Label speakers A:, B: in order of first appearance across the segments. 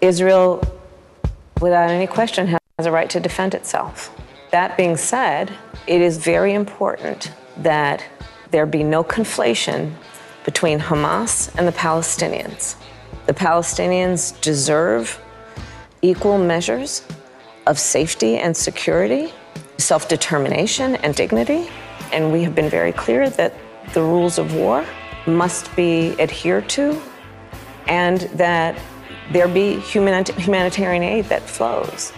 A: Israel, without any question, has a right to defend itself. That being said, it is very important that there be no conflation between Hamas and the Palestinians. The Palestinians deserve equal measures of safety and security, self determination and dignity. And we have been very clear that the rules of war must be adhered to and that there be human- humanitarian aid that flows.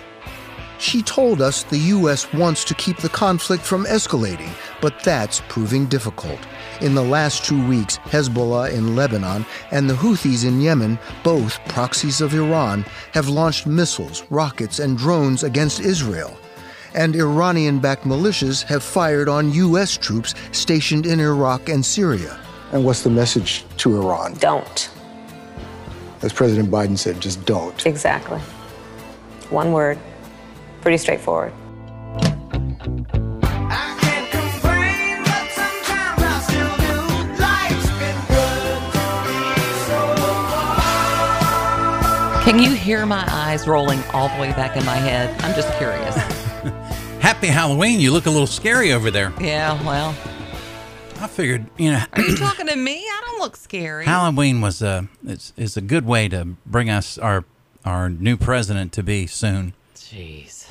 B: She told us the U.S. wants to keep the conflict from escalating, but that's proving difficult. In the last two weeks, Hezbollah in Lebanon and the Houthis in Yemen, both proxies of Iran, have launched missiles, rockets, and drones against Israel. And Iranian backed militias have fired on U.S. troops stationed in Iraq and Syria.
C: And what's the message to Iran?
A: Don't.
C: As President Biden said, just don't.
A: Exactly. One word. Pretty straightforward.
D: Can you hear my eyes rolling all the way back in my head? I'm just curious.
E: Happy Halloween. You look a little scary over there.
D: Yeah, well,
E: I figured, you know,
D: are you talking to me? I don't look scary.
E: Halloween was a is, is a good way to bring us our our new president to be soon.
D: Jeez.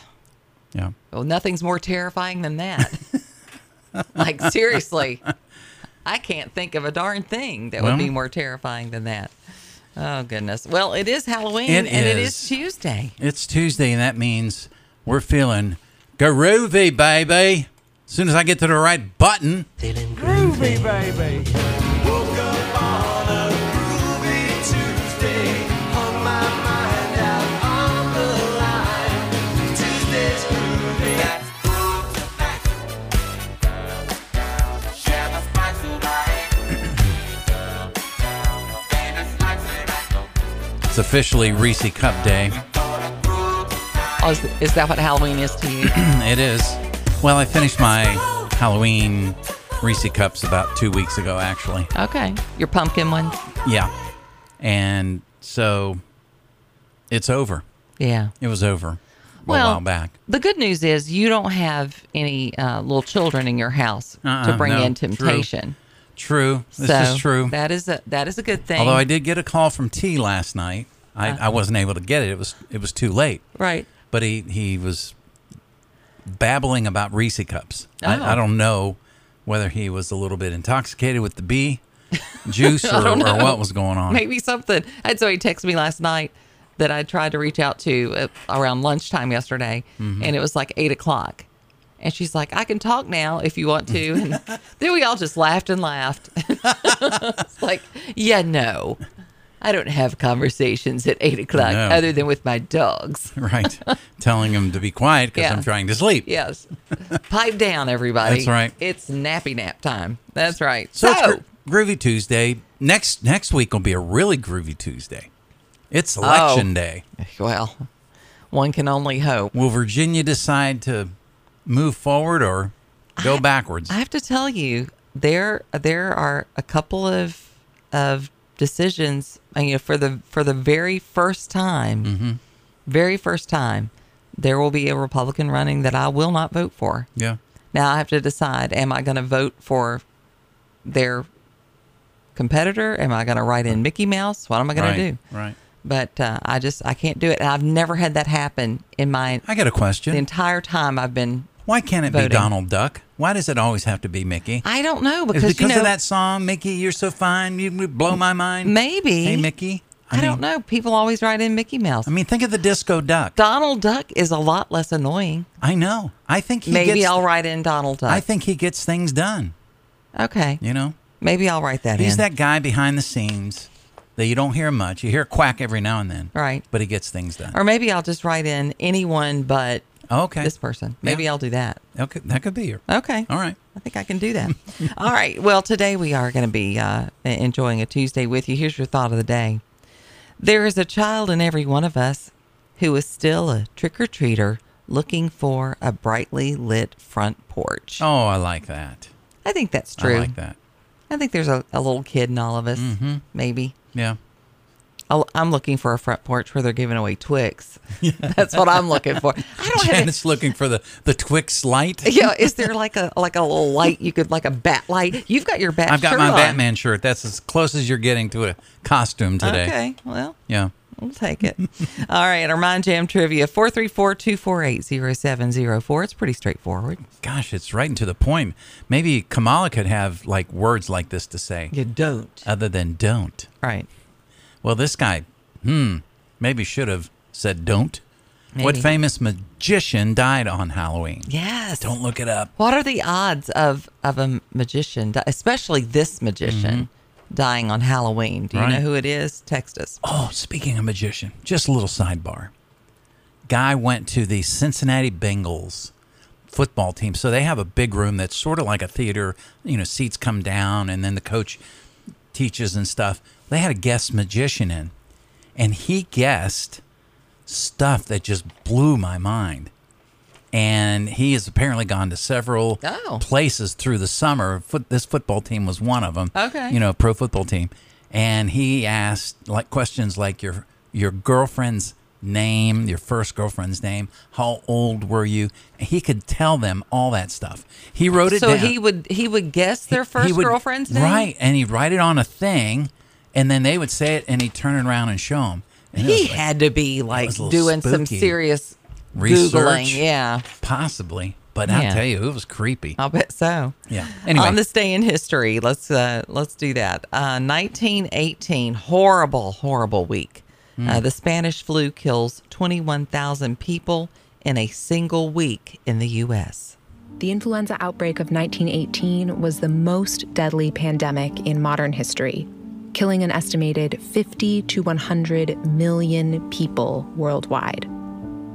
E: Yeah.
D: Well, nothing's more terrifying than that. like, seriously, I can't think of a darn thing that
E: Well.
D: would be more terrifying than that. Oh, goodness. Well, it is Halloween
E: It
D: and it
E: is.
D: is Tuesday.
E: It's Tuesday, and that means we're feeling groovy, baby. As soon as I get to the right button, it's officially Reese Cup Day.
D: Oh, is, is that what Halloween is to you?
E: It is. Well, I finished my Halloween Reese Cups about two weeks ago, actually.
D: okay. Your pumpkin one?
E: Yeah. And so it's over.
D: Yeah.
E: It was over a while back.
D: The good news is you don't have any uh, little children in your house
E: Uh-uh,
D: to bring
E: no,
D: in
E: true.
D: temptation.
E: True. This
D: so
E: is true.
D: That is a that is a good thing.
E: Although I did get a call from T last night. I,
D: Uh-huh.
E: I wasn't able to get it. It was it was too late.
D: right.
E: But he, he was babbling about Reese cups.
D: Oh.
E: I, I don't know whether he was a little bit intoxicated with the bee juice or, or what was going on.
D: Maybe something. And so he texted me last night that I tried to reach out to uh, around lunchtime yesterday,
E: Mm-hmm.
D: and it was like eight o'clock. And she's like, "I can talk now if you want to." And then we all just laughed and laughed. it's like, yeah, no, I don't have conversations at eight o'clock
E: No.
D: other than with my dogs.
E: Right. Telling him to be quiet because
D: Yeah.
E: I'm trying to sleep.
D: Yes. Pipe down, everybody.
E: That's right.
D: It's nappy nap time. That's right.
E: So,
D: So,
E: it's gr- groovy Tuesday. Next next week will be a really groovy Tuesday. It's
D: Oh.
E: election day.
D: well, one can only hope.
E: Will Virginia decide to move forward or go backwards?
D: I have to tell you, there there are a couple of of decisions. uh, You know, for the for the very first time,
E: Mm-hmm.
D: very first time, there will be a Republican running that I will not vote for.
E: yeah.
D: Now I have to decide: Am I going to vote for their competitor? Am I going to write in Mickey Mouse? What am I going
E: right.
D: to do?
E: Right.
D: but uh, I just I can't do it. And I've never had that happen in my
E: I got a
D: the
E: question.
D: entire time I've been.
E: Why can't it
D: voting.
E: be Donald Duck? Why does it always have to be Mickey?
D: I don't know because,
E: Is it because
D: you know
E: of that song, Mickey, you're so fine, you would blow my mind?
D: maybe
E: Hey, Mickey.
D: I, don't know. People always write in Mickey Mouse.
E: I mean, think of the disco duck.
D: Donald Duck is a lot less annoying.
E: I know. I think he
D: Maybe
E: gets
D: I'll write in Donald Duck.
E: I think he gets things done,
D: okay,
E: you know?
D: maybe I'll write that
E: He's
D: in.
E: that guy behind the scenes that you don't hear much. You hear a quack every now and then.
D: Right.
E: But he gets things done.
D: or maybe I'll just write in anyone but
E: Okay.
D: this person. Maybe
E: Yeah.
D: I'll do that.
E: Okay. That could be your.
D: Okay.
E: All right.
D: I think I can do that. All right. Well, today we are going to be uh, enjoying a Tuesday with you. Here's your thought of the day There is a child in every one of us who is still a trick or treater looking for a brightly lit front porch.
E: Oh, I like that.
D: I think that's true.
E: I like that. Mm-hmm.
D: I think there's a, a little kid in all of us, maybe.
E: Yeah.
D: I'll- I'm looking for a front porch where they're giving away Twix. That's what I'm looking for. I don't have.
E: Janet's looking for the, the Twix light.
D: Yeah, is there like a like a little light you could like a bat light? You've got your bat.
E: I've got
D: shirt
E: my
D: on.
E: Batman shirt. That's as close as you're getting to a costume today.
D: Okay, well,
E: Yeah.
D: We'll take it. All right, our Mind Jam trivia 434 248 0704. It's pretty straightforward.
E: Gosh, it's right and to the point. Maybe Kamala could have like words like this to say
D: You don't.
E: other than don't.
D: Right.
E: Well, this guy, hmm, maybe should have said don't. What
D: Maybe.
E: famous magician died on Halloween?
D: Yes.
E: Don't look it up.
D: What are the odds of, of a magician, di- especially this magician, dying on Halloween? Do you know
E: Mm-hmm. Right.
D: who it is? Text us.
E: Oh, speaking of magician, just a little sidebar. Guy went to the Cincinnati Bengals football team. So they have a big room that's sort of like a theater, you know, seats come down and then the coach teaches and stuff. They had a guest magician in, and he guessed stuff that just blew my mind. And he has apparently gone to several
D: Oh.
E: places through the summer. Foot, this football team was one of them.
D: Okay.
E: you know, pro football team. And he asked like questions like your your girlfriend's name, your first girlfriend's name, how old were you? And he could tell them all that stuff. He wrote it
D: So
E: down
D: he would he would guess their first
E: he would-
D: girlfriend's name?
E: Right, and he'd write it on a thing, and then they would say it, and he'd turn it around and show them. And it
D: He
E: was like,
D: had to be like
E: was a little
D: doing some
E: spooky.
D: serious
E: Research.
D: Googling. Yeah.
E: possibly, but
D: Yeah.
E: I tell you, it was creepy.
D: I'll bet so.
E: Yeah. Anyway.
D: On this day in history, let's uh, let's do that. Uh, 1918, horrible, horrible week.
E: Hmm.
D: Uh, the Spanish flu kills 21,000 people in a single week in the U.S.
F: The influenza outbreak of 1918 was the most deadly pandemic in modern history, killing an estimated 50 to 100 million people worldwide.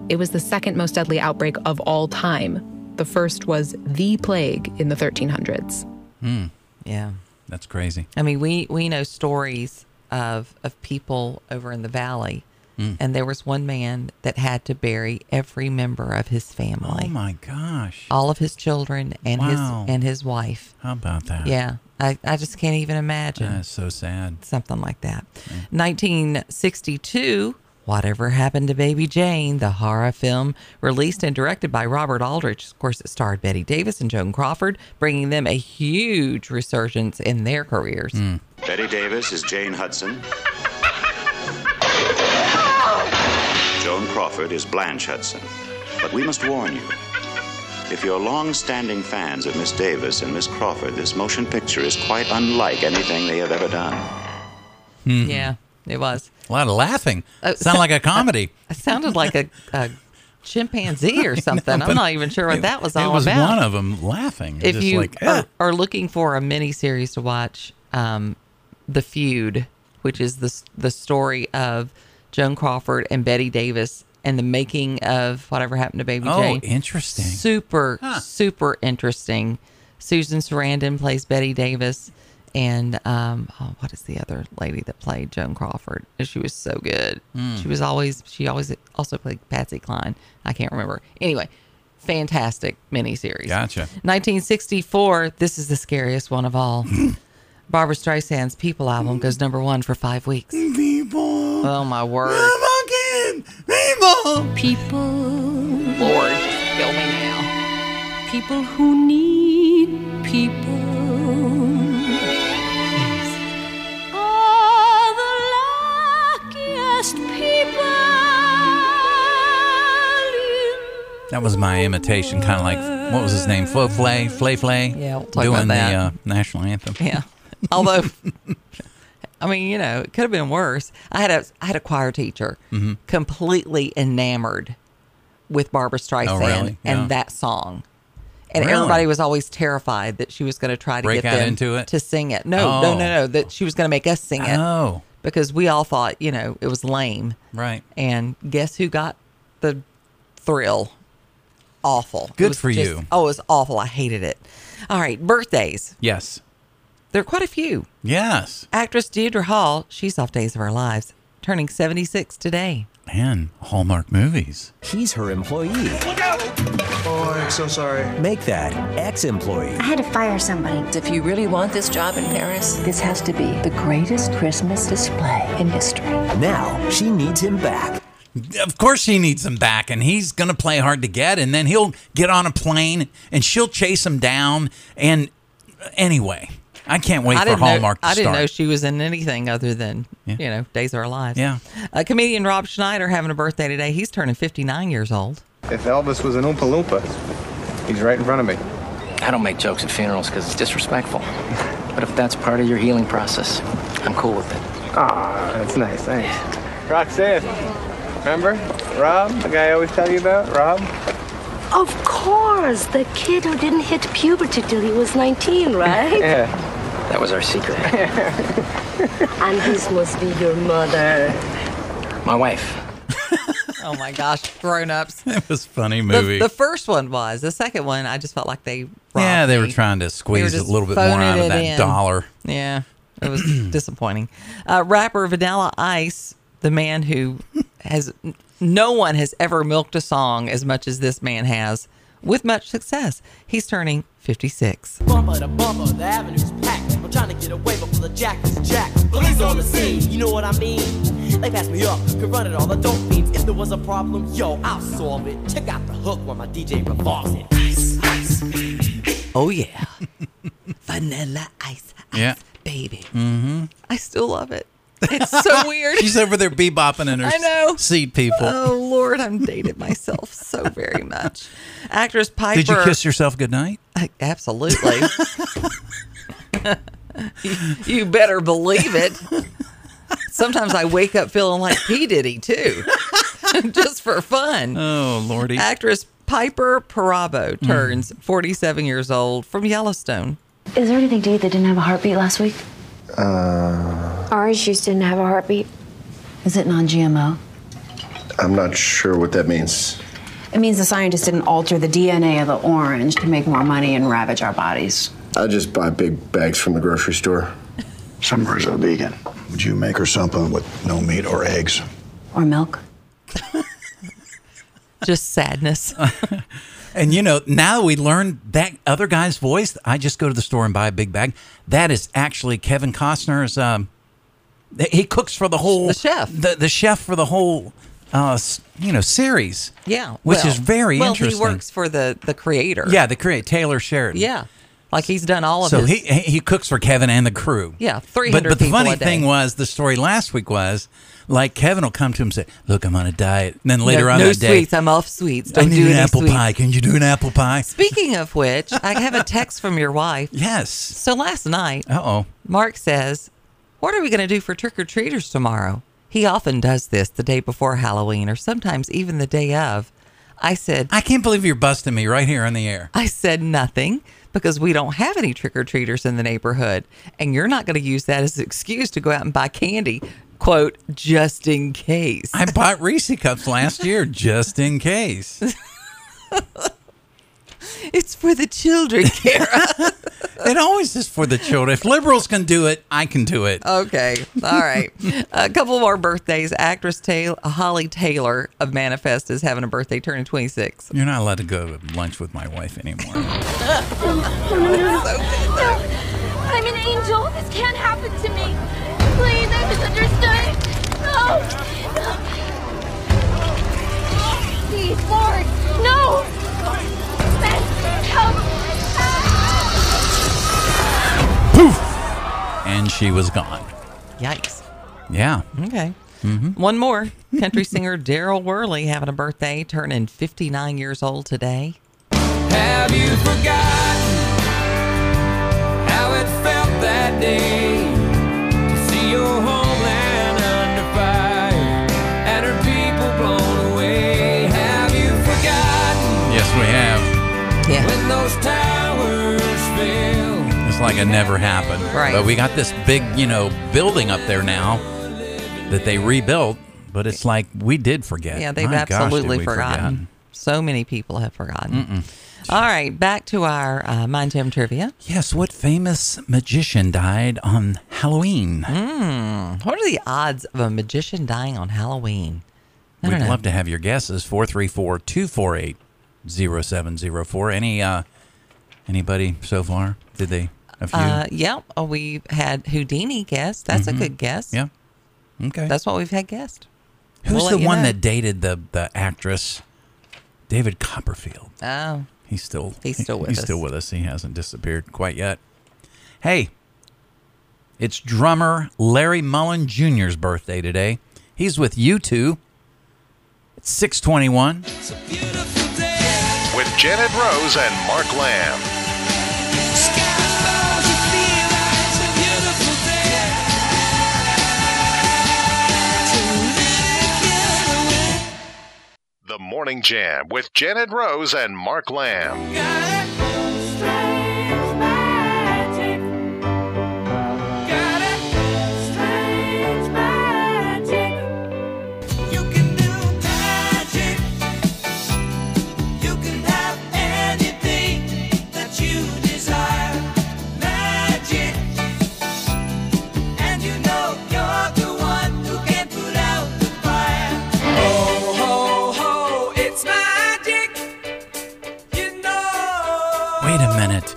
F: It was the second most deadly outbreak of all time. The first was the plague in the 1300s.
D: Yeah.
E: That's crazy.
D: I mean, we we know stories of of people over in the valley,
E: Hmm.
D: and there was one man that had to bury every member of his family,
E: Oh my gosh!
D: all of his children, and
E: Wow.
D: his and his wife.
E: How about that?
D: Yeah. I, I just can't even imagine.
E: that's so sad.
D: something like that. 1962, Whatever Happened to Baby Jane, the horror film released and directed by Robert Aldrich. Of course, it starred Betty Davis and Joan Crawford, bringing them a huge resurgence in their careers.
G: Betty Davis is Jane Hudson. Joan Crawford is Blanche Hudson. But we must warn you. If you're long-standing fans of Miss Davis and Miss Crawford, this motion picture is quite unlike anything they have ever done.
E: Mm-hmm.
D: Yeah, it was.
E: A lot of laughing.
D: Uh,
E: Sound like a comedy.
D: It sounded like a, a chimpanzee or something. I'm not even sure what that was all
E: it was
D: about.
E: one of them laughing.
D: if
E: just
D: you
E: like,
D: are,
E: "Ah."
D: are looking for a mini series to watch, um, The Feud, which is the s- the story of Joan Crawford and Betty Davis and the making of whatever happened to Baby
E: oh,
D: Jane.
E: interesting.
D: Super,
E: Huh.
D: super interesting. Susan Sarandon plays Betty Davis, and um, oh, what is the other lady that played Joan Crawford? She was so good.
E: Hmm.
D: She was always she always also played Patsy Cline. I can't remember. Anyway, fantastic miniseries.
E: Gotcha.
D: 1964. This is the scariest one of all. Barbara Streisand's People album goes number one for five weeks.
E: People,
D: Oh my word,
E: fucking people.
H: People,
D: Lord, kill me now.
H: people who need people are the luckiest people.
E: That was my imitation, kind of like what was his name, Flo Flay, Flay Flay.
D: Yeah, we'll talk
E: doing
D: about that.
E: the uh, national anthem.
D: Yeah. Although, I mean, you know, it could have been worse. I had a I had a choir teacher
E: Mm-hmm.
D: completely enamored with Barbara Streisand
E: Oh, really? Yeah.
D: and that song. And
E: Really?
D: everybody was always terrified that she was going to try to
E: Break
D: get
E: out
D: them
E: into it?
D: to sing it. No, no,
E: Oh.
D: no, no. That she was going to make us sing it
E: Oh,
D: because we all thought, you know, it was lame.
E: right.
D: And guess who got the thrill? Awful. It
E: Good
D: was
E: for
D: just-
E: you.
D: Oh, it was awful. I hated it. All right, birthdays.
E: Yes.
D: There are quite a few.
E: Yes.
D: Actress Deidre Hall, she's off Days of Our Lives, turning 76 today.
E: Man, Hallmark movies.
I: He's her employee.
C: Oh, I'm so sorry.
I: Make that ex employee.
J: I had to fire somebody.
K: If you really want this job in Paris, this has to be the greatest Christmas display in history.
I: Now she needs him back.
E: Of course, he needs him back, and he's going to play hard to get, and then he'll get on a plane, and she'll chase him down. And anyway, I can't wait
D: I
E: for
D: didn't know.
E: Hallmark to
D: I didn't
E: start.
D: know she was in anything other than you know Days of Our Lives.
E: Yeah.
D: Uh, comedian Rob Schneider having a birthday today. He's turning 59 years old.
J: If Elvis was an Oompa Loompa, he's right in front of me.
K: I don't make jokes at funerals because it's disrespectful. But if that's part of your healing process, I'm cool with it.
J: Ah, that's nice, thanks. Roxanne, remember Rob, the guy I always tell you about? Rob?
L: Of course, the kid who didn't hit puberty till he was 19, right?
J: Yeah.
K: That was our secret.
L: And this must be your mother.
K: My wife.
D: Oh my gosh, grown ups.
E: It was a funny
D: The,
E: movie.
D: the first one was. The second one, I just felt like they. robbed
E: yeah, they were
D: me.
E: trying to squeeze a
D: just
E: little bit more out
D: phoning
E: of
D: it
E: that
D: in.
E: dollar.
D: Yeah, it was disappointing. Uh, rapper Vanilla Ice, the man who has no one has ever milked a song as much as this man has with much success. He's turning 56.
M: Bumper to bumper, the avenue's packed. I'm trying to get away before the jack is jacked. Police on the scene, you know what I mean? They pass me up, could run it all, I don't mean. If there was a problem, yo, I'll solve it. Check out the hook while my DJ revolves it. Ice, ice,
D: Oh yeah, Vanilla Ice,
E: Yeah.
D: baby. Mm-hmm. I still love it. It's so weird.
E: She's over there bebopping in her
D: I know.
E: seat, people.
D: Oh Lord, I'm dated myself so very much. Actress Piper.
E: Did you kiss yourself goodnight?
D: I- Absolutely. You- you better believe it. Sometimes I wake up feeling like P. Diddy, too, just for fun.
E: Oh, Lordy. Hmm.
D: Actress Piper Parabo turns 47 years old from Yellowstone.
N: Is there anything to eat that didn't have a heartbeat last week?
L: Orange juice didn't have a heartbeat.
N: Is it non GMO?
O: I'm not sure what that means.
N: It means the scientists didn't alter the DNA of the orange to make more money and ravage our bodies.
O: I just buy big bags from the grocery store.
P: Summer's a vegan. Would you make her something with no meat or eggs?
N: Or milk?
D: Just sadness.
E: Uh, And you know, now that we learned that other guy's voice, I just go to the store and buy a big bag. That is actually Kevin Costner's. Um, th- he cooks for the whole
D: The chef.
E: the, the chef for the whole, uh, s- you know, series.
D: Yeah.
E: which
D: well-
E: is very
D: well,
E: interesting.
D: he works for the, the creator.
E: Yeah, the create Taylor Sheridan.
D: Yeah. Like he's done all of
E: So
D: his.
E: he he he cooks for Kevin and the crew.
D: Yeah,
E: But
D: 300
E: but the
D: people
E: funny
D: a day.
E: thing was the story last week was like Kevin will come to him and say, "Look, I'm on a diet." And then later
D: no,
E: on
D: no
E: that day,
D: sweets. I'm off sweets.
E: I
D: Don't
E: need
D: do
E: an
D: any
E: apple
D: sweets.
E: pie. Can you do an apple pie?
D: Speaking of which, I have a text from your wife.
E: Yes.
D: So last night,
E: Uh oh.
D: Mark says, What are we going to do for trick or treaters tomorrow? He often does this the day before Halloween or sometimes even the day of. I said,
E: I can't believe you're busting me right here on the air.
D: I said nothing because we don't have any trick or treaters in the neighborhood. And you're not going to use that as an excuse to go out and buy candy, quote, just in case.
E: I bought Reese cups last year just in case.
D: It's for the children, Kara.
E: It always is for the children. If liberals can do it, I can do it.
D: Okay. All right. a couple more birthdays. Actress Taylor, Holly Taylor of Manifest is having a birthday, turning 26.
E: You're not allowed to go to lunch with my wife anymore.
H: Oh, I'm an angel. This can't happen to me. Please, I misunderstood. No. Please, Lord. No. Ben, help.
E: And she was gone.
D: Yikes.
E: Yeah.
D: Okay. One more. Country singer Daryl Worley having a birthday, turning 59 years old today.
M: Have you forgotten how it felt that day to see your homeland under fire and her people blown away? Have you forgotten
E: Yes, we have.
D: Yeah.
M: when those towers fell?
E: It's like it never happened.
D: Right.
E: But we got this big, you know, building up there now that they rebuilt. But it's like we did forget.
D: Yeah, they've
E: My gosh, did
D: absolutely
E: we forget.
D: forgotten. So many people have forgotten. All right. Back to our uh, Mind Jam trivia.
E: Yes, what famous magician died on Halloween?
D: Hmm? What are the odds of a magician dying on Halloween? I
E: We'd
D: don't know.
E: love to have your guesses. 434 248 0704. Any uh anybody so far? Did they a few?
D: Uh, yeah, oh, we had Houdini guess. That's a good guess.
E: yeah. Okay.
D: That's what we've had guessed.
E: Who's
D: We'll let
E: the
D: you
E: one
D: know.
E: that dated the the actress? David Copperfield.
D: Oh.
E: He's still
D: He's still with
E: he's
D: us.
E: still with us. He hasn't disappeared quite yet. Hey, it's drummer Larry Mullen Jr.'s birthday today. He's with you two. It's six twenty one.
Q: With Janet Rose and Mark Lamb. The Morning Jam with Janet Rose and Mark Lamb.
E: Wait a minute,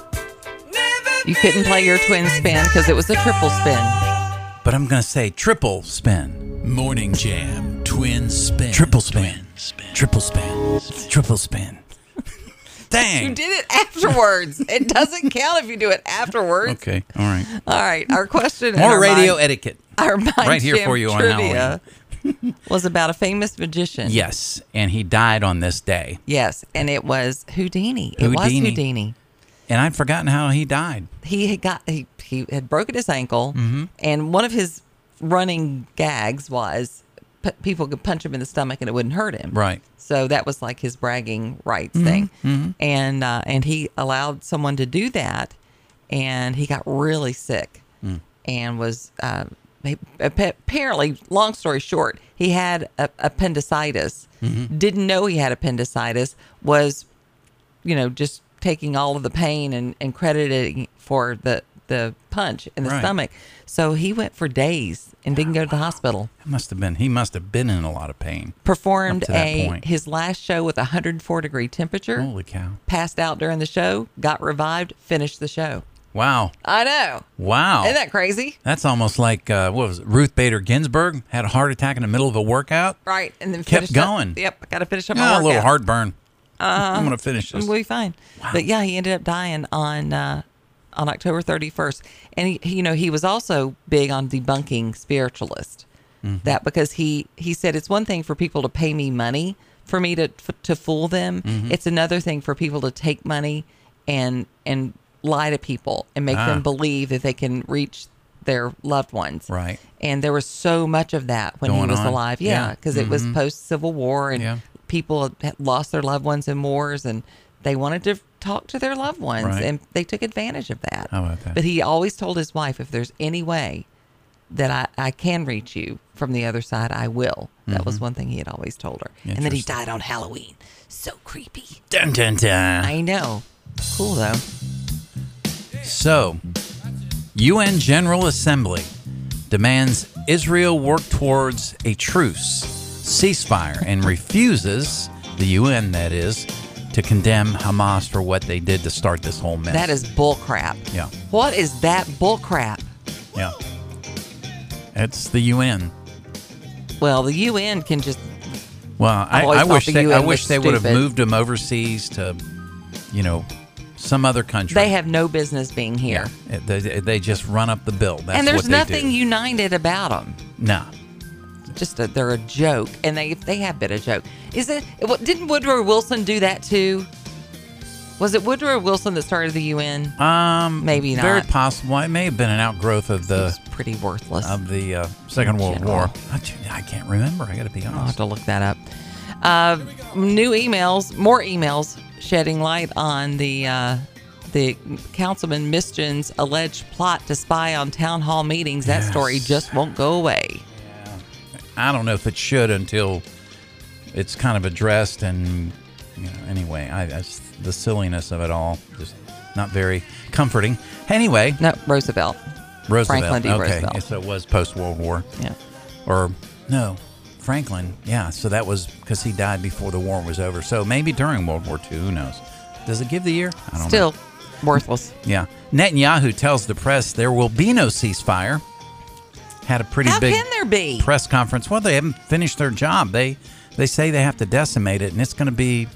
D: You couldn't play your twin spin because it was a triple spin.
E: but I'm gonna say triple spin. Morning jam, twin spin, triple spin, triple spin, triple spin. Dang.
D: You did it afterwards. it doesn't count if you do it afterwards.
E: Okay, all right.
D: All right. Our question. and
E: More
D: our
E: radio
D: mind-
E: etiquette.
D: Our mind
E: Right here
D: jam
E: for you on
D: trivia was about a famous magician.
E: Yes, and he died on this day.
D: Yes, and it was Houdini. It was
E: Houdini.
D: Houdini.
E: And I'd forgotten how he died.
D: He had got he, he had broken his ankle,
E: Mhm.
D: and one of his running gags was p- people could punch him in the stomach and it wouldn't hurt him.
E: Right.
D: So that was like his bragging rights thing,
E: mhm.
D: and uh, and he allowed someone to do that, and he got really sick,
E: Mm.
D: and was uh, he- appa- apparently long story short he had a, appendicitis,
E: Mhm.
D: didn't know he had appendicitis, was you know just taking all of the pain and and crediting for the the punch in the
E: Right.
D: stomach, so he went for days and didn't go to the hospital
E: It must have been. He must have been in a lot of pain.
D: performed
E: Up to that
D: a
E: point.
D: his last show with a 104 degree temperature.
E: Holy cow!
D: Passed out during the show, got revived, finished the show.
E: Wow!
D: I know.
E: Wow!
D: Isn't that crazy?
E: That's almost like uh, what was it? Ruth Bader Ginsburg had a heart attack in the middle of a workout.
D: Right, and then
E: Kept
D: finished up-
E: going.
D: Yep, I got to finish up my
E: Yeah, a
D: workout.
E: little heartburn.
D: Uh-huh.
E: I'm gonna finish this.
D: We'll be fine. But yeah, he ended up dying on uh, on October 31st, and he, he- you know he was also big on debunking spiritualist.
E: Mhm.
D: That because he he said it's one thing for people to pay me money for me to f- to fool them.
E: Mhm.
D: It's another thing for people to take money and and lie to people and make
E: Ah.
D: them believe that they can reach their loved ones.
E: Right.
D: And there was so much of that when he
E: Going
D: was
E: on.
D: alive.
E: Yeah.
D: Yeah, because it was
E: Mhm.
D: post Civil War and
E: Yeah.
D: people had lost their loved ones in wars and they wanted to talk to their loved ones
E: Right.
D: and they took advantage of that.
E: How about that?
D: But he always told his wife, if there's any way that I, I can reach you from the other side, I will. That was
E: Mhm.
D: one thing he had always told her. And then he died on Halloween. So creepy.
E: Dun dun dun.
D: I know. Cool though.
E: So, UN General Assembly demands Israel work towards a truce, ceasefire, and refuses, the UN that is, to condemn Hamas for what they did to start this whole mess.
D: That is bull crap.
E: Yeah,
D: What is that bull crap?
E: yeah. It's the UN.
D: Well, the UN can just
E: Well, I,
D: I've always
E: I
D: thought
E: wish
D: the
E: they, I
D: UN
E: wish
D: was
E: they would have
D: stupid.
E: moved them overseas to, you know, some other country.
D: they have no business being here.
E: yeah, they, they- they just run up the bill. That's
D: and there's
E: what they
D: nothing
E: do.
D: united about them.
E: Nah.
D: Just a, they're a joke, and they they have been a joke. Is it? What, didn't Woodrow Wilson do that too? Was it Woodrow Wilson that started the UN?
E: Um,
D: Maybe not.
E: Very possible. It may have been an outgrowth of the
D: pretty worthless
E: of the uh, Second World
D: General. Oh,
E: War. I, ju- I can't remember. I got to be honest.
D: I'll have to look that up. Uh, new emails, more emails shedding light on the uh, the councilman Mistion's alleged plot to spy on town hall meetings. That story just won't go away.
E: I don't know if it should until it's kind of addressed. And you know, anyway, I, that's the silliness of it all. Just not very comforting. Anyway,
D: no Roosevelt.
E: Roosevelt.
D: Franklin D.
E: Okay,
D: Roosevelt.
E: so it was post World War.
D: Yeah.
E: Or no, Franklin. Yeah. So that was because he died before the war was over. So maybe during World War II. Who knows? Does it give the year? I don't know.
D: Still worthless.
E: Yeah. Netanyahu tells the press there will be no ceasefire. had a pretty
D: How
E: big
D: can there be?
E: press conference. Well, they haven't finished their job. They they say they have to decimate it, and it's going to be,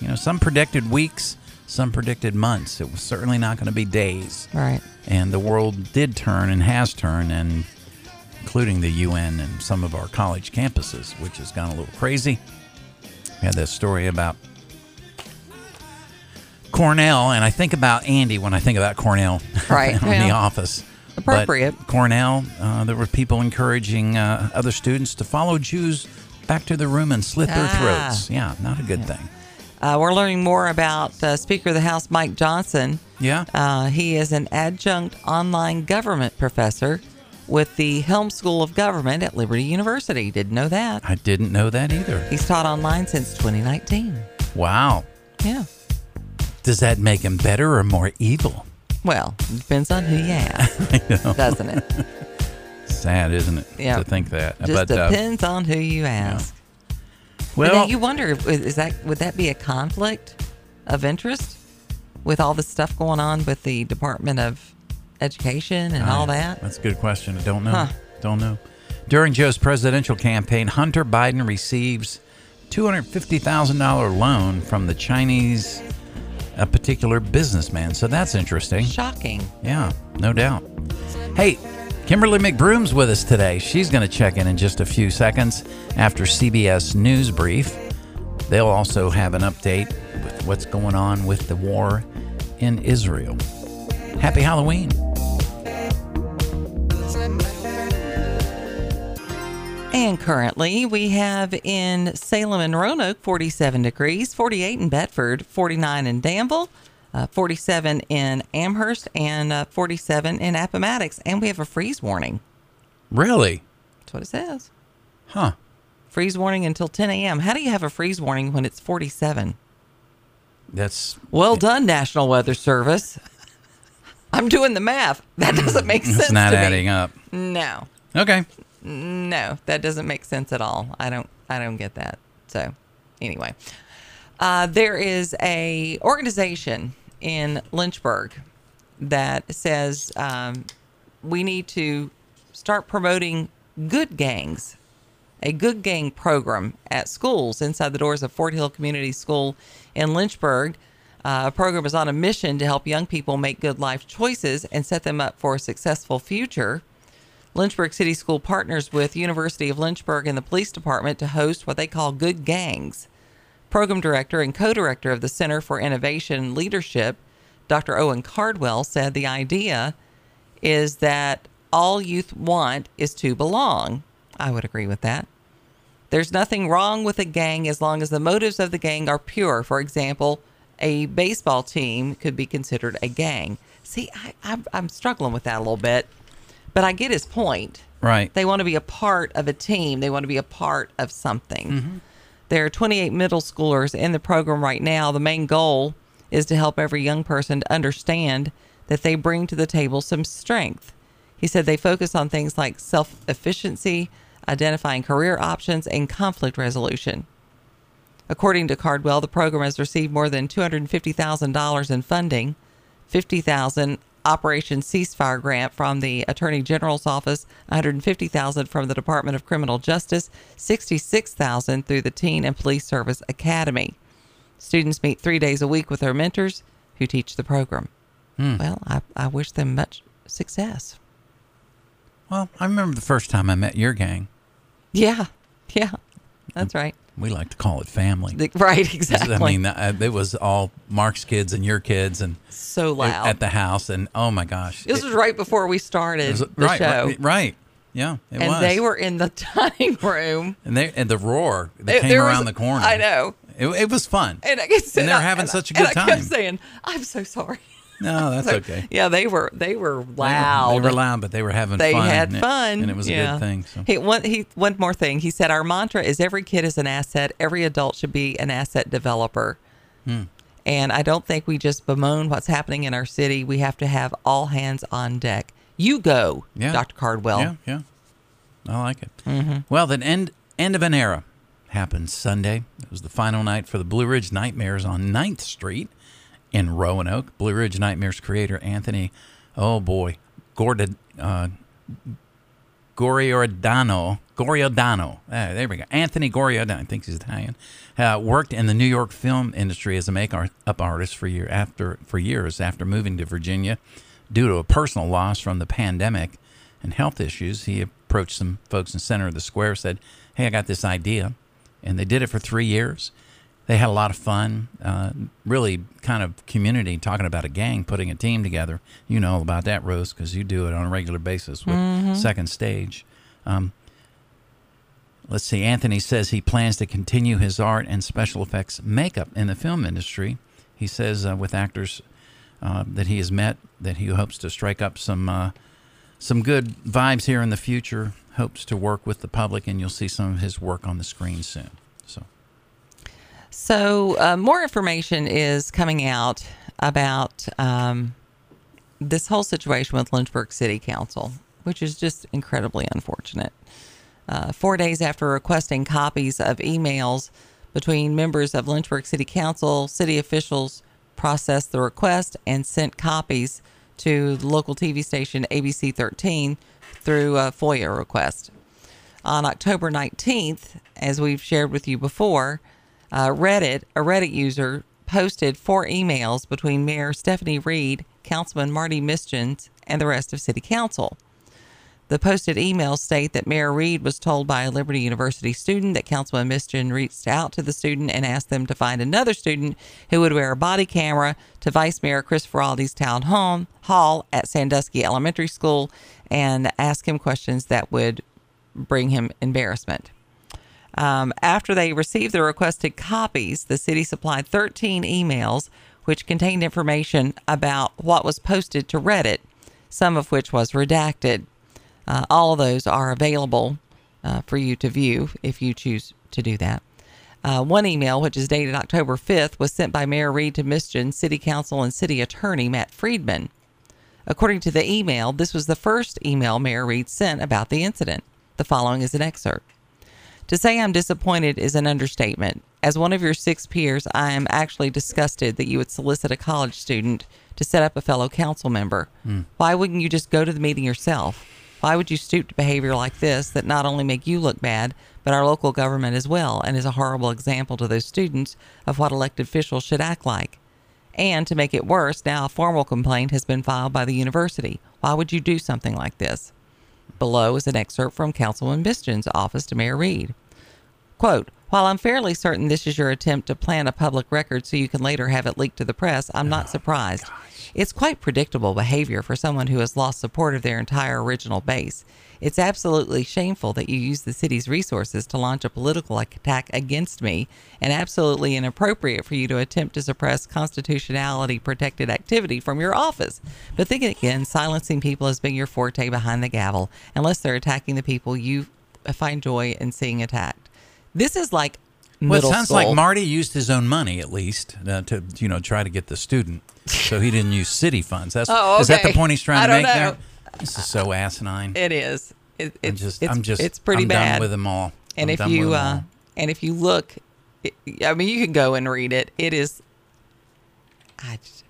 E: you know, some predicted weeks, some predicted months. It was certainly not going to be days.
D: Right.
E: And the world did turn and has turned, and including the UN and some of our college campuses, which has gone a little crazy. We had that story about Cornell, and I think about Andy when I think about Cornell.
D: Right,
E: on The
D: yeah.
E: Office.
D: Appropriate.
E: But Cornell, uh, there were people encouraging uh, other students to follow Jews back to the room and slit their
D: Ah.
E: throats. Yeah, not a good thing.
D: Uh, we're learning more about uh, Speaker of the House Mike Johnson.
E: Yeah.
D: Uh, he is an adjunct online government professor with the Helm School of Government at Liberty University. Didn't know that.
E: I didn't know that either.
D: He's taught online since 2019.
E: Wow.
D: Yeah.
E: Does that make him better or more evil?
D: Well, depends on who you ask,
E: I know.
D: doesn't it?
E: Sad, isn't it?
D: Yeah.
E: To think that.
D: Just
E: but, uh,
D: depends on who you ask. But
E: Well-
D: then you wonder if- is that would that be a conflict of interest with all the stuff going on with the Department of Education and all
E: I-
D: that?
E: That's a good question. I don't know.
D: Huh.
E: Don't know. During Joe's presidential campaign, Hunter Biden receives $250,000 loan from the Chinese, a particular businessman. So that's interesting.
D: Shocking.
E: Yeah, no doubt. Hey, Kimberly McBroom's with us today. She's going to check in in just a few seconds after CBS News Brief. They'll also have an update with what's going on with the war in Israel. Happy Halloween.
D: And currently, we have in Salem and Roanoke 47 degrees, 48 in Bedford, 49 in Danville, uh, 47 in Amherst, and uh, 47 in Appomattox. And we have a freeze warning.
E: Really?
D: That's what it says.
E: Huh.
D: Freeze warning until 10 a.m. How do you have a freeze warning when it's 47?
E: That's
D: Well done, National Weather Service. I'm doing the math. That doesn't make sense.
E: it's not
D: to
E: adding
D: me.
E: up.
D: No.
E: Okay.
D: No, that doesn't make sense at all. I don't I don't get that. So, anyway, uh, there is a organization in Lynchburg that says um, we need to start promoting good gangs, a good gang program at schools inside the doors of Fort Hill Community School in Lynchburg. Uh, a program is on a mission to help young people make good life choices and set them up for a successful future. Lynchburg City School partners with University of Lynchburg and the police department to host what they call Good Gangs. Program director and co-director of the Center for Innovation and Leadership, Dr. Owen Cardwell said the idea is that all youth want is to belong. I would agree with that. There's nothing wrong with a gang as long as the motives of the gang are pure. For example, a baseball team could be considered a gang. See, I, I'm, I'm struggling with that a little bit, but I get his point.
E: Right.
D: They want to be a part of a team, they want to be a part of something. There are 28 middle schoolers in the program right now. The main goal is to help every young person to understand that they bring to the table some strength. He said they focus on things like self efficiency, identifying career options, and conflict resolution. According to Cardwell, the program has received more than $250,000 in funding, 50,000 Operation Ceasefire grant from the Attorney General's office, 150,000 from the Department of Criminal Justice, 66,000 through the Teen and Police Service Academy. Students meet 3 days a week with their mentors who teach the program.
E: Hmm.
D: Well, I, I wish them much success.
E: Well, I remember the first time I met your gang.
D: Yeah. Yeah. That's right.
E: We like to call it family.
D: The- right,
E: Mm. This is- I
D: exactly.
E: mean, uh, it was all Mark's kids and your kids and
D: So loud.
E: at the house. And oh my gosh.
D: This
E: It-
D: was right before we
E: it
D: started
E: was-
D: the
E: right,
D: show.
E: Right. right. Yeah. It
D: and
E: was.
D: they were in the dining room.
E: and, they, and the roar that
D: It-
E: came
D: there was-
E: around the corner.
D: I know.
E: It, it was fun.
D: And I guess,
E: And they're
D: I-
E: having
D: and I-
E: such a good
D: and I kept
E: time.
D: saying, "I'm so sorry."
E: No, that's
D: So,
E: okay.
D: Yeah, they were they were loud.
E: They were loud, but they were having
D: They
E: fun.
D: had
E: and it-
D: fun,
E: And it was a
D: yeah.
E: good thing. So.
D: He, one, he, one more thing. He said, "Our mantra is every kid is an asset. Every adult should be an asset developer."
E: Hmm.
D: And I don't think we just bemoan what's happening in our city. We have to have all hands on deck. You go,
E: Yeah.
D: Dr. Cardwell.
E: Yeah, yeah. I like it.
D: Mm-hmm.
E: Well, the end end of an era happened Sunday. It was the final night for the Blue Ridge Nightmares on 9th Street in Roanoke. Blue Ridge Nightmares creator Anthony, oh boy, Gordon, uh, Goriodano. Goriodano. Ah, there we go. Anthony Goriodano, I think he's Italian, uh, worked in the New York film industry as a makeup artist for year after for years after moving to Virginia due to a personal loss from the pandemic and health issues. He approached some folks in center of the square, said, "Hey, I got this idea," and they did it for three years. They had a lot of fun, uh, really kind of community talking about a gang, putting a team together. You know all about that, Rose, because you do it on a regular basis with
M: Mhm.
E: Second Stage. Um, let's see. Anthony says he plans to continue his art and special effects makeup in the film industry. He says uh, with actors uh, that he has met that he hopes to strike up some uh, some good vibes here in the future. Hopes to work with the public, and you'll see some of his work on the screen soon. So
D: So, uh, more information is coming out about um, this whole situation with Lynchburg City Council, which is just incredibly unfortunate. Uh, four days after requesting copies of emails between members of Lynchburg City Council, city officials processed the request and sent copies to the local TV station ABC 13 through a FOIA request on October 19th, as we've shared with you before, uh, Reddit, a Reddit user, posted four emails between Mayor Stephanie Reed, Councilman Marty Mischens, and the rest of City Council. The posted emails state that Mayor Reed was told by a Liberty University student that Councilman Mischin reached out to the student and asked them to find another student who would wear a body camera to Vice Mayor Chris Feraldi's town home hall at Sandusky Elementary School and ask him questions that would bring him embarrassment. Um, after they received the requested copies, the city supplied 13 emails which contained information about what was posted to Reddit, some of which was redacted. Uh, all of those are available uh, for you to view if you choose to do that. Uh, one email, which is dated October 5th, was sent by Mayor Reed to Michigan City Council and City Attorney Matt Friedman. According to the email, this was the first email Mayor Reed sent about the incident. The following is an excerpt. To say I'm disappointed is an understatement. As one of your six peers, I am actually disgusted that you would solicit a college student to set up a fellow council member.
M: Hmm.
D: Why wouldn't you just go to the meeting yourself? Why would you stoop to behavior like this that not only make you look bad, but our local government as well, and is a horrible example to those students of what elected officials should act like? And to make it worse, now a formal complaint has been filed by the university. Why would you do something like this? Below is an excerpt from Councilman Biston's office to Mayor Reed. Quote, while I'm fairly certain this is your attempt to plan a public record so you can later have it leaked to the press, I'm not surprised. It's quite predictable behavior for someone who has lost support of their entire original base. It's absolutely shameful that you use the city's resources to launch a political attack against me, and absolutely inappropriate for you to attempt to suppress constitutionality protected activity from your office. But think again, silencing people has been your forte behind the gavel, unless they're attacking the people you find joy in seeing attacked. This is like
E: well, it
D: middle
E: sounds
D: school.
E: like Marty used his own money at least uh, to you know try to get the student, so he didn't use city funds. That's
D: Oh,
E: is that the
D: okay.
E: point he's trying
D: I
E: to
D: don't
E: make
D: know.
E: there? This is so asinine.
D: It is. It, it's,
E: I'm just,
D: it's,
E: I'm just,
D: it's pretty
E: I'm
D: bad
E: Done with them all.
D: And
E: I'm
D: if
E: done
D: you,
E: with them
D: uh,
E: all.
D: and if you look, it, I mean, you can go and read it. It is, I, just-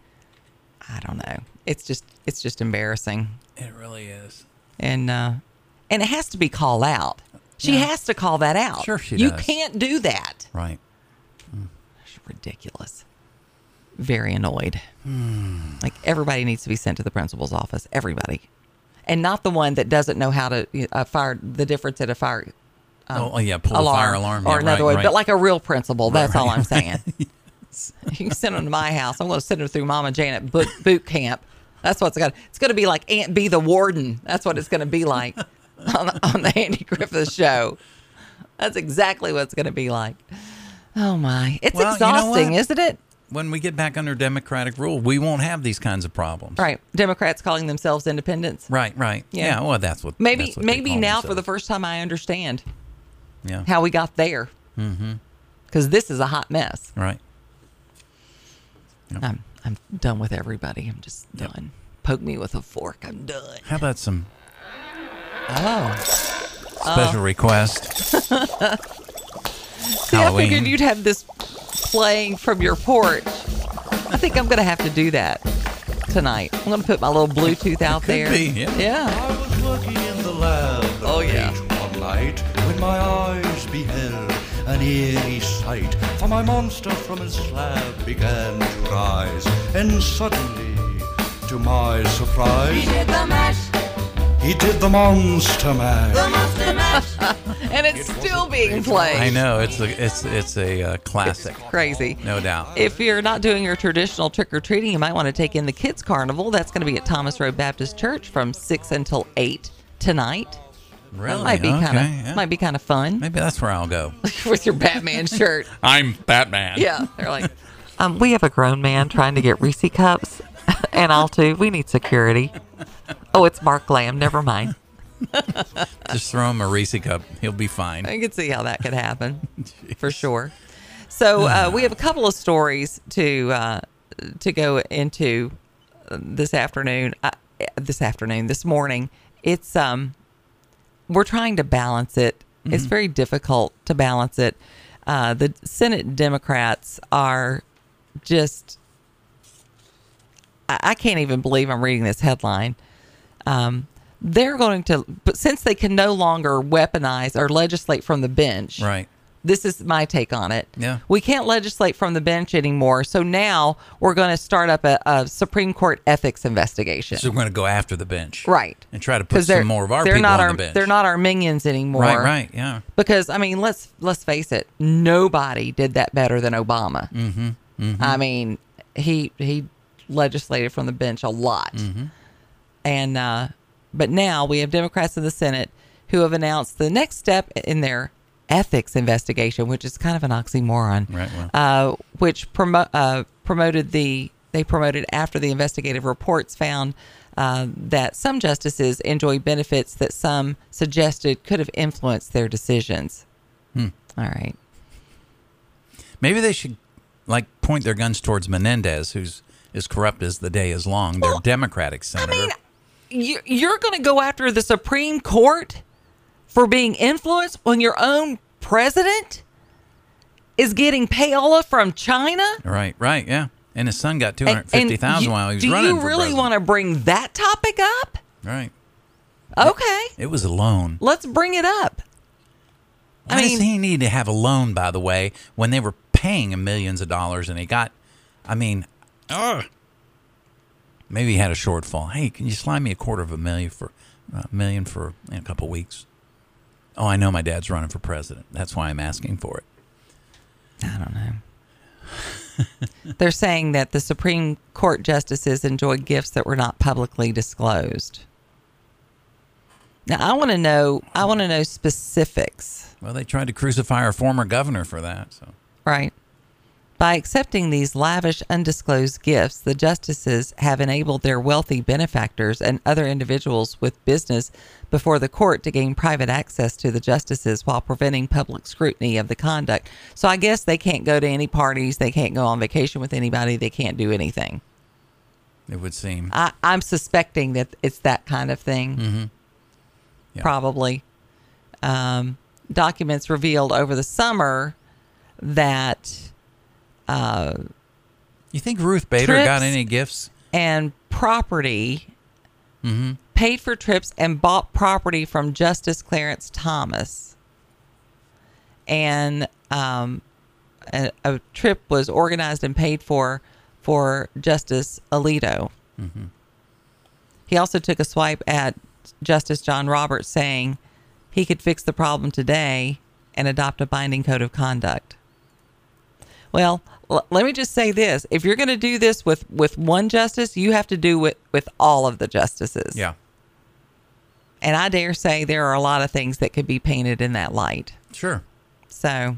D: I don't know. It's just, it's just embarrassing,
E: it really is.
D: and uh, and it has to be called out. She
E: Yeah.
D: has to call that out.
E: Sure she
D: You
E: does.
D: can't do that.
E: Right.
D: It's ridiculous. Very annoyed. Like everybody needs to be sent to the principal's office. Everybody, and not the one that doesn't know how to uh, fire the difference at a fire. um,
E: Oh, yeah, pull a fire alarm.
D: or
E: Yeah,
D: another
E: right,
D: way,
E: right.
D: but like a real principal.
E: Right,
D: That's all
E: right,
D: I'm saying.
E: right.
D: You can send them to my house. I'm going to send them through Mama Janet boot, boot camp. That's what's going. to It's going to be like Aunt B the warden. That's what it's going to be like on, on the Andy Griffith show. That's exactly what it's going to be like. Oh my, it's
E: Well, you know
D: exhausting,
E: what?
D: isn't it?
E: When we get back under democratic rule, we won't have these kinds of problems.
D: Right, Democrats calling themselves independents.
E: Right. Right. Yeah.
D: Yeah.
E: well, that's what.
D: Maybe
E: that's what they
D: maybe
E: call
D: now for the first time I understand
E: themselves. Yeah.
D: how we got there
E: Mm-hmm.
D: because this is a hot mess.
E: Right.
D: I'm I'm done with everybody. I'm just done. Poke me with a fork. I'm done.
E: How about some
D: Oh.
E: special request?
D: Oh. See, I
E: Halloween.
D: figured you'd have this playing from your porch. I think I'm gonna have to do that tonight. I'm gonna put my little Bluetooth out
M: could
D: there.
M: be, yeah.
D: yeah.
M: Looking in the lab.
D: Oh Yeah.
R: one night when my eyes beheld an eerie sight, for my monster from his slab began to rise, and suddenly, to my surprise,
M: He did the mash,
R: he did the monster mash.
M: the monster mash.
D: and it's still being played.
E: I know it's a it's it's a uh, classic.
D: Crazy.
E: No doubt.
D: If you're not doing your traditional trick or treating, you might want to take in the kids' carnival. That's going to be at Thomas Road Baptist Church from six until eight tonight.
E: Really?
D: Might be kind of
E: Okay, yeah.
D: might be kind of fun
E: Maybe that's where I'll go.
D: with your Batman shirt.
E: I'm Batman.
D: Yeah, they're like, um, we have a grown man trying to get Reese cups, and all too. We need security. Oh, it's Mark Lamb. Never mind.
E: Just throw him a Reese cup. He'll be fine.
D: I could see how that could happen for sure. So uh, we have a couple of stories to uh, to go into uh, this afternoon. Uh, this afternoon, this morning. It's um, we're trying to balance it. It's
E: Mm-hmm.
S: Mhm.
D: very difficult to balance it. Uh, the Senate Democrats are just I, I can't even believe I'm reading this headline. Um, they're going to, but since they can no longer weaponize or legislate from the bench,
E: Right.
D: This is my take on it.
E: Yeah.
D: we can't legislate from the bench anymore. So now we're going to start up a, a Supreme Court ethics investigation.
E: So we're going to go after the bench,
D: Right.
E: And try to
D: 'Cause
E: put
D: they're-
E: some more of our
D: they're
E: people
D: not
E: on
D: our,
E: the bench.
D: They're not our minions anymore.
E: Right, right, yeah.
D: Because I mean, let's let's face it, nobody did that better than Obama.
E: Mhm, mhm.
D: I mean, he he legislated from the bench a lot,
E: Mhm.
D: and uh, but now we have Democrats in the Senate who have announced the next step in their ethics investigation, which is kind of an oxymoron,
E: Right, well.
D: uh, which promo- uh, promoted the they promoted after the investigative reports found uh, that some justices enjoy benefits that some suggested could have influenced their decisions.
E: Hmm.
D: All right.
E: Maybe they should like point their guns towards Menendez, who's as corrupt as the day is long. Their Democratic senator.
D: You- You're going to go after the Supreme Court for being influenced when your own president is getting payola from China?
E: right, right, yeah. And his son got two
D: And-
E: hundred
D: and
E: fifty thousand
D: you-
E: while he was
D: do
E: running.
D: you
E: for
D: really want to bring that topic up?
E: president. Right.
D: Okay,
E: It was a loan.
D: let's bring it up.
E: Why does he need to have a loan, by the way, when they were paying him millions of dollars and he got, I mean, ugh. maybe he had a shortfall. Hey, can you slide me a quarter of a million for a million for you know, a couple weeks? Oh, I know my dad's running for president. That's why I'm asking for it.
D: I don't know. They're saying that the Supreme Court justices enjoy gifts that were not publicly disclosed. Now, I want to know. I want to know specifics.
E: Well, they tried to crucify our former governor for that. So
D: Right. By accepting these lavish, undisclosed gifts, the justices have enabled their wealthy benefactors and other individuals with business before the court to gain private access to the justices while preventing public scrutiny of the conduct. So I guess they can't go to any parties, they can't go on vacation with anybody, they can't do anything.
E: it would seem.
D: I, I'm suspecting that it's that kind of thing.
E: Mhm.
D: Probably. Um, documents revealed over the summer that uh,
E: You think Ruth Bader got
D: Trips-
E: any gifts?
D: and property
E: Mm-hmm.
D: paid for trips and bought property from Justice Clarence Thomas. And um, a, a trip was organized and paid for for Justice Alito.
E: Mm-hmm.
D: He also took a swipe at Justice John Roberts, saying he could fix the problem today and adopt a binding code of conduct. Well, l- let me just say this: if you're going to do this with with one justice, you have to do it with all of the justices.
E: Yeah.
D: And I dare say there are a lot of things that could be painted in that light.
E: Sure.
D: So,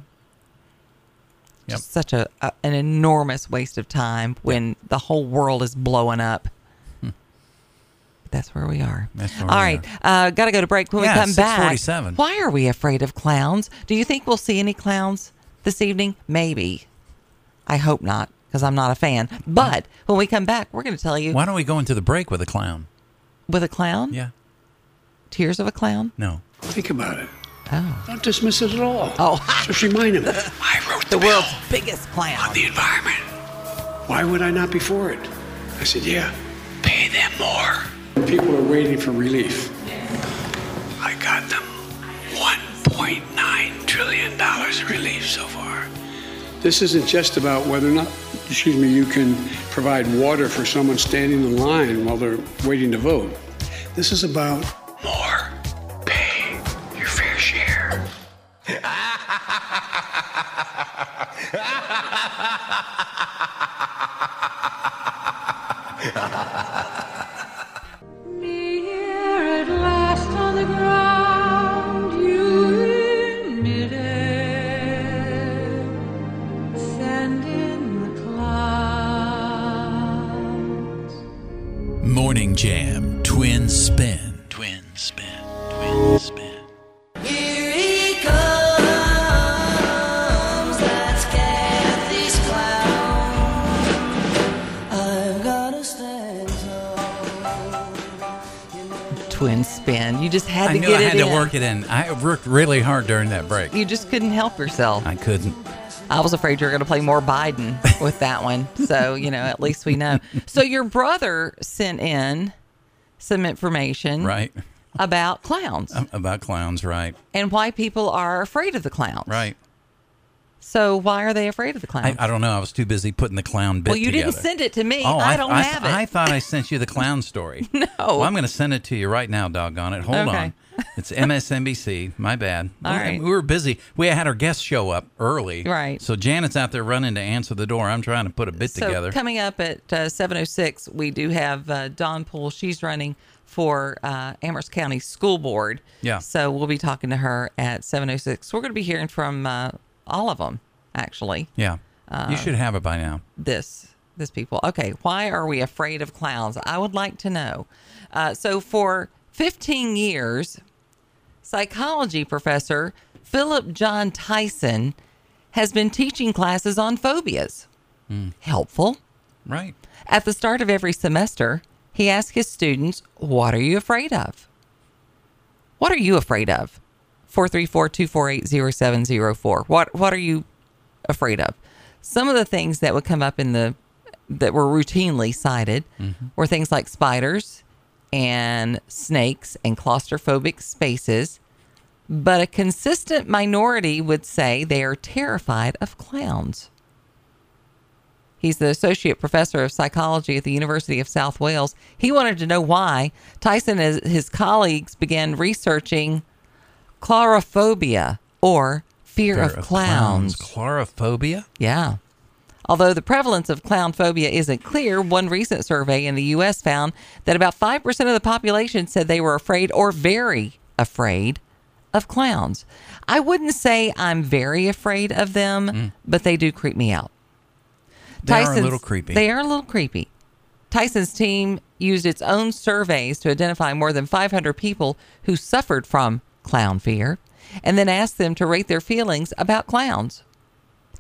E: Yep.
D: just such a, a an enormous waste of time when the whole world is blowing up. That's where we are.
E: Hmm. That's where
D: All
E: we
D: right, uh, got to go to break. When
E: Yeah,
D: we come back,
E: 6:47.
D: why are we afraid of clowns? Do you think we'll see any clowns this evening? Maybe. I hope not, because I'm not a fan. But when we come back, we're going to tell you
E: Why don't we go into the break with a clown?
D: with a clown.
E: Yeah.
D: Tears of a clown.
E: No.
T: Think about it.
D: Oh.
T: Don't dismiss it at all. Oh. Just remind him. I wrote the, world's
D: biggest plan
T: on the environment. Why would I not be for it? I said, yeah. Pay them more. People are waiting for relief. I got them. so far. This isn't just about whether or not, excuse me, you can provide water for someone standing in line while they're waiting to vote. This is about more. Pay your fair share.
M: at last on the ground, you admitted sand in the clouds.
E: Morning Jam, Twin Spin.
M: Twin spin,
E: twin spin.
M: Here he comes, that's Kathy's clown. I've gotta stand
D: Twin spin. You just had
E: I
D: to
E: knew
D: get
E: I
D: it
E: had
D: in.
E: to work it in. I worked really hard during that break.
D: You just couldn't help yourself.
E: I couldn't.
D: I was afraid you were going to play more Biden with that one. So, you know, at least we know. So, your brother sent in some information
E: Right.
D: about clowns
E: Um, About clowns, right?
D: and why people are afraid of the clowns.
E: Right.
D: So, why are they afraid of the
E: I,
D: clowns?
E: I don't know. I was too busy putting the clown bit
D: Oh. well, you
E: together.
D: didn't send it to me.
E: Oh,
D: I, don't have it.
E: I thought I sent you the clown story.
D: No.
E: Well, I'm going to send it to you right now, doggone it. Hold
D: Okay.
E: on. It's MSNBC. My bad.
D: All
E: we,
D: right.
E: we were busy. We had our guests show up early.
D: Right.
E: So Janet's out there running to answer the door. I'm trying to put a bit
D: so
E: together.
D: coming up at uh, 706 we do have uh, dawn poole she's running for uh, amherst county school board
E: Yeah.
D: so we'll be talking to her at 706 we're going to be hearing from uh, all of them actually
E: yeah.
D: Uh,
E: you should have it by now.
D: this this people okay why are we afraid of clowns i would like to know uh, so for 15 years psychology professor philip john tyson has been teaching classes on phobias helpful
E: Right.
D: at the start of every semester, he asks his students, What are you afraid of? What are you afraid of? 434 248 0704. What what are you afraid of? Some of the things that would come up in the that were routinely cited were things like spiders and snakes and claustrophobic spaces, but a consistent minority would say they are terrified of clowns. He's the associate professor of psychology at the University of South Wales. He wanted to know why Tyson and his colleagues began researching chlorophobia or fear, of, clowns.
E: Chlorophobia?
D: Yeah. Although the prevalence of clown phobia isn't clear, one recent survey in the U.S. found that about 5% of the population said they were afraid or very afraid of clowns. I wouldn't say I'm very afraid of them, but they do creep me out.
E: They are a
D: Tyson's-
E: little creepy.
D: They are a little creepy. Tyson's team used its own surveys to identify more than 500 people who suffered from clown fear and then asked them to rate their feelings about clowns.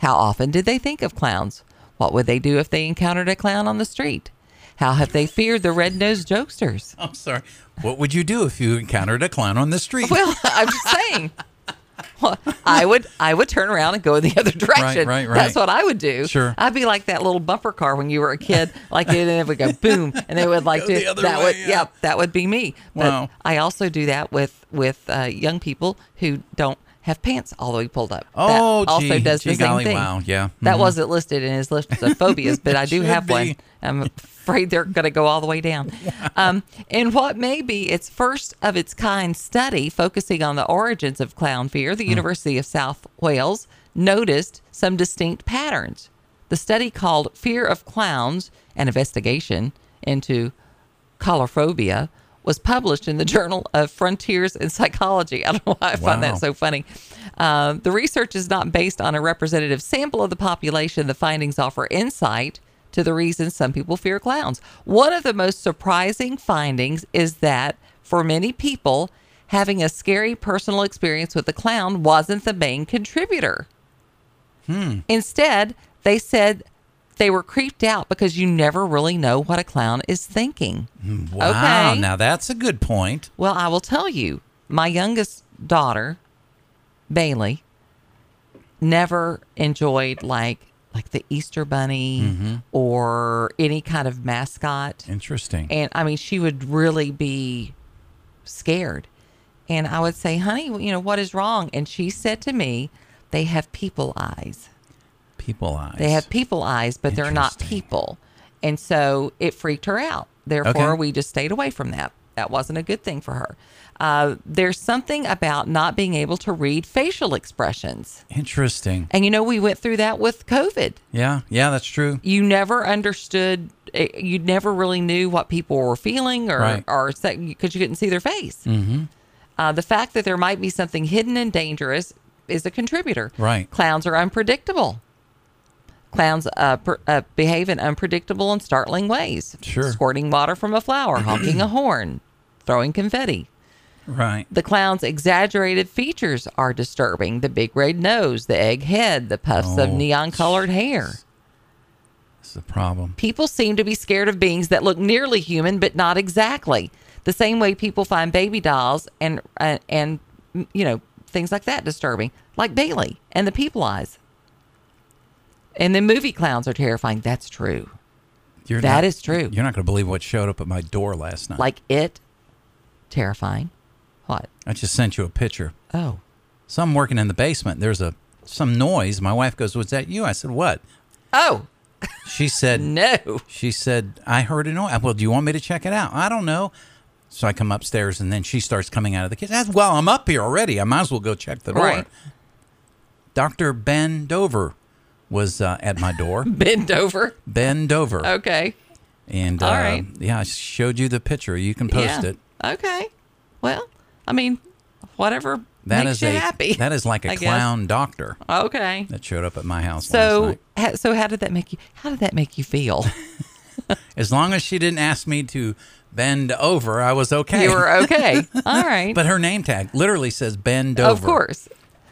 D: How often did they think of clowns? What would they do if they encountered a clown on the street? How have they feared the red-nosed jokesters?
E: I'm sorry. What would you do if you encountered a clown on the street?
D: Well, I'm just saying. Well, I would I would turn around and go the other direction.
E: right, right.
D: That's what I would do.
E: Sure.
D: I'd be like that little bumper car when you were a kid, like it and it would go boom, and they would like
E: Go
D: do
E: the other
D: that. Would
E: way,
D: yeah. that would be me.
E: Wow.
D: But I also do that with with uh, young people who don't have pants all the way pulled up.
E: Oh,
D: that also
E: gee,
D: does the
E: gee
D: same
E: golly,
D: thing.
E: wow, yeah.
D: That
E: Mhm.
D: wasn't listed in his list of phobias, but I do
E: Should
D: have one.
E: be.
D: I'm afraid they're going to go all the way down. Um, in what may be its first of its kind study focusing on the origins of clown fear, the University of South Wales noticed some distinct patterns. The study called Fear of Clowns An Investigation into Colophobia was published in the Journal of Frontiers in Psychology. I don't know why I find
E: Wow.
D: that so funny. Uh, the research is not based on a representative sample of the population. The findings offer insight to the reasons some people fear clowns. One of the most surprising findings is that for many people, having a scary personal experience with a clown wasn't the main contributor. Instead, they said they were creeped out because you never really know what a clown is thinking.
E: Wow.
D: Okay.
E: Now that's a good point.
D: Well, I will tell you, my youngest daughter, Bailey, never enjoyed like like the Easter bunny
E: Mhm.
D: or any kind of mascot.
E: Interesting.
D: And I mean, she would really be scared. And I would say, honey, you know, what is wrong? And she said to me They have people eyes.
E: People eyes.
D: They have people eyes, but they're not people. And so it freaked her out. Therefore,
E: Okay.
D: we just stayed away from that. That wasn't a good thing for her. Uh, there's something about not being able to read facial expressions.
E: Interesting.
D: And you know, we went through that with COVID.
E: Yeah, yeah, that's true.
D: You never understood, eh, you never really knew what people were feeling or,
E: Right.
D: or because you couldn't see their face.
E: Mm-hmm.
D: Uh, the fact that there might be something hidden and dangerous is a contributor.
E: Right.
D: Clowns are unpredictable. Clowns uh, per, uh, behave in unpredictable and startling ways.
E: Sure.
D: Squirting water from a flower, honking a horn, throwing confetti.
E: Right.
D: The clown's exaggerated features are disturbing the big red nose, the egg head, the puffs of
E: Oh,
D: neon colored hair.
E: That's the problem.
D: People seem to be scared of beings that look nearly human but not exactly. The same way people find baby dolls and uh, and you know things like that disturbing, like Bailey and the people eyes. And then movie clowns are terrifying. That's true.
E: You're
D: That
E: not-
D: is true.
E: You're not going to believe what showed up at my door last night.
D: Like it, terrifying. What?
E: I just sent you a picture.
D: Oh.
E: So I'm working in the basement. There's a some noise. My wife goes, "Was that you?" I said, "What?"
D: Oh.
E: She said,
D: "No."
E: She said, "I heard a noise." Well, do you want me to check it out? I don't know. So I come upstairs, and then she starts coming out of the kitchen. I said, Well, I'm up here already. I might as well go check the door.
D: Right.
E: Doctor Ben Dover was uh, at my door.
D: Bend over.
E: Ben Dover.
D: Okay.
E: And
D: Oh, All
E: uh,
D: right.
E: yeah, I showed you the picture. You can post
D: Yeah.
E: it.
D: Okay. Well, I mean, whatever
E: That
D: makes
E: is
D: you
E: a
D: happy.
E: that is like a
D: I guess.
E: clown doctor
D: Okay.
E: that showed up at my house. last
D: So,
E: night.
D: ha, so how did that make you? How did that make you feel?
E: as long as she didn't ask me to bend over, I was okay.
D: You were okay. All right.
E: But her name tag literally says bend over.
D: Of course.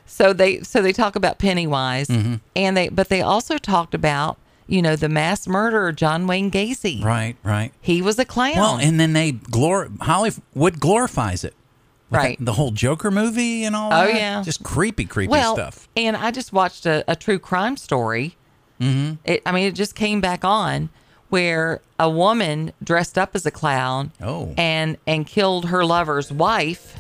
D: So they so they talk about Pennywise,
E: Mhm.
D: and they but they also talked about you know the mass murderer John Wayne Gacy.
E: Right, right.
D: He was a clown.
E: Well, and then they glor Hollywood glorifies it. With
D: Right.
E: The, the whole Joker movie and all
D: Oh,
E: that.
D: yeah.
E: Just creepy, creepy
D: well,
E: stuff.
D: and I just watched a, a true crime story.
E: Mm-hmm.
D: It, I mean, it just came back on where a woman dressed up as a clown
E: Oh.
D: and and killed her lover's wife.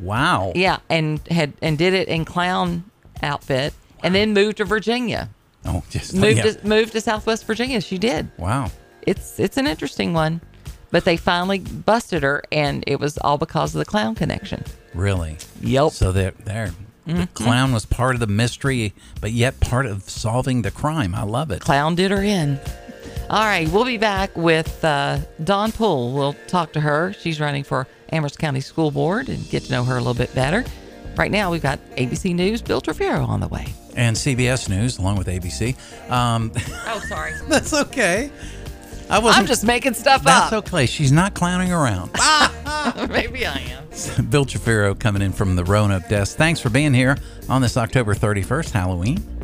E: Wow.
D: Yeah, and had and did it in clown outfit, and then moved to Virginia.
E: Oh, just
D: Moved
E: yeah.
D: to, moved to Southwest Virginia. She did.
E: Wow.
D: It's it's an interesting one, but they finally busted her, and it was all because of the clown connection.
E: Really?
D: Yep.
E: So there, there. The
D: Mhm.
E: clown was part of the mystery, but yet part of solving the crime. I love it.
D: Clown did her in. All right, we'll be back with uh, Dawn Poole. We'll talk to her. She's running for Amherst County School Board and get to know her a little bit better. Right now, we've got ABC News, Bill Trefero on the way.
E: And CBS News, along with ABC. Um,
D: Oh, sorry.
E: That's okay. I wasn't.
D: I'm just making stuff
E: That's
D: up. Ah.
E: okay. She's not clowning around.
D: Maybe I am.
E: Bill Chafiro coming in from the Roanoke desk. Thanks for being here on this October 31st Halloween.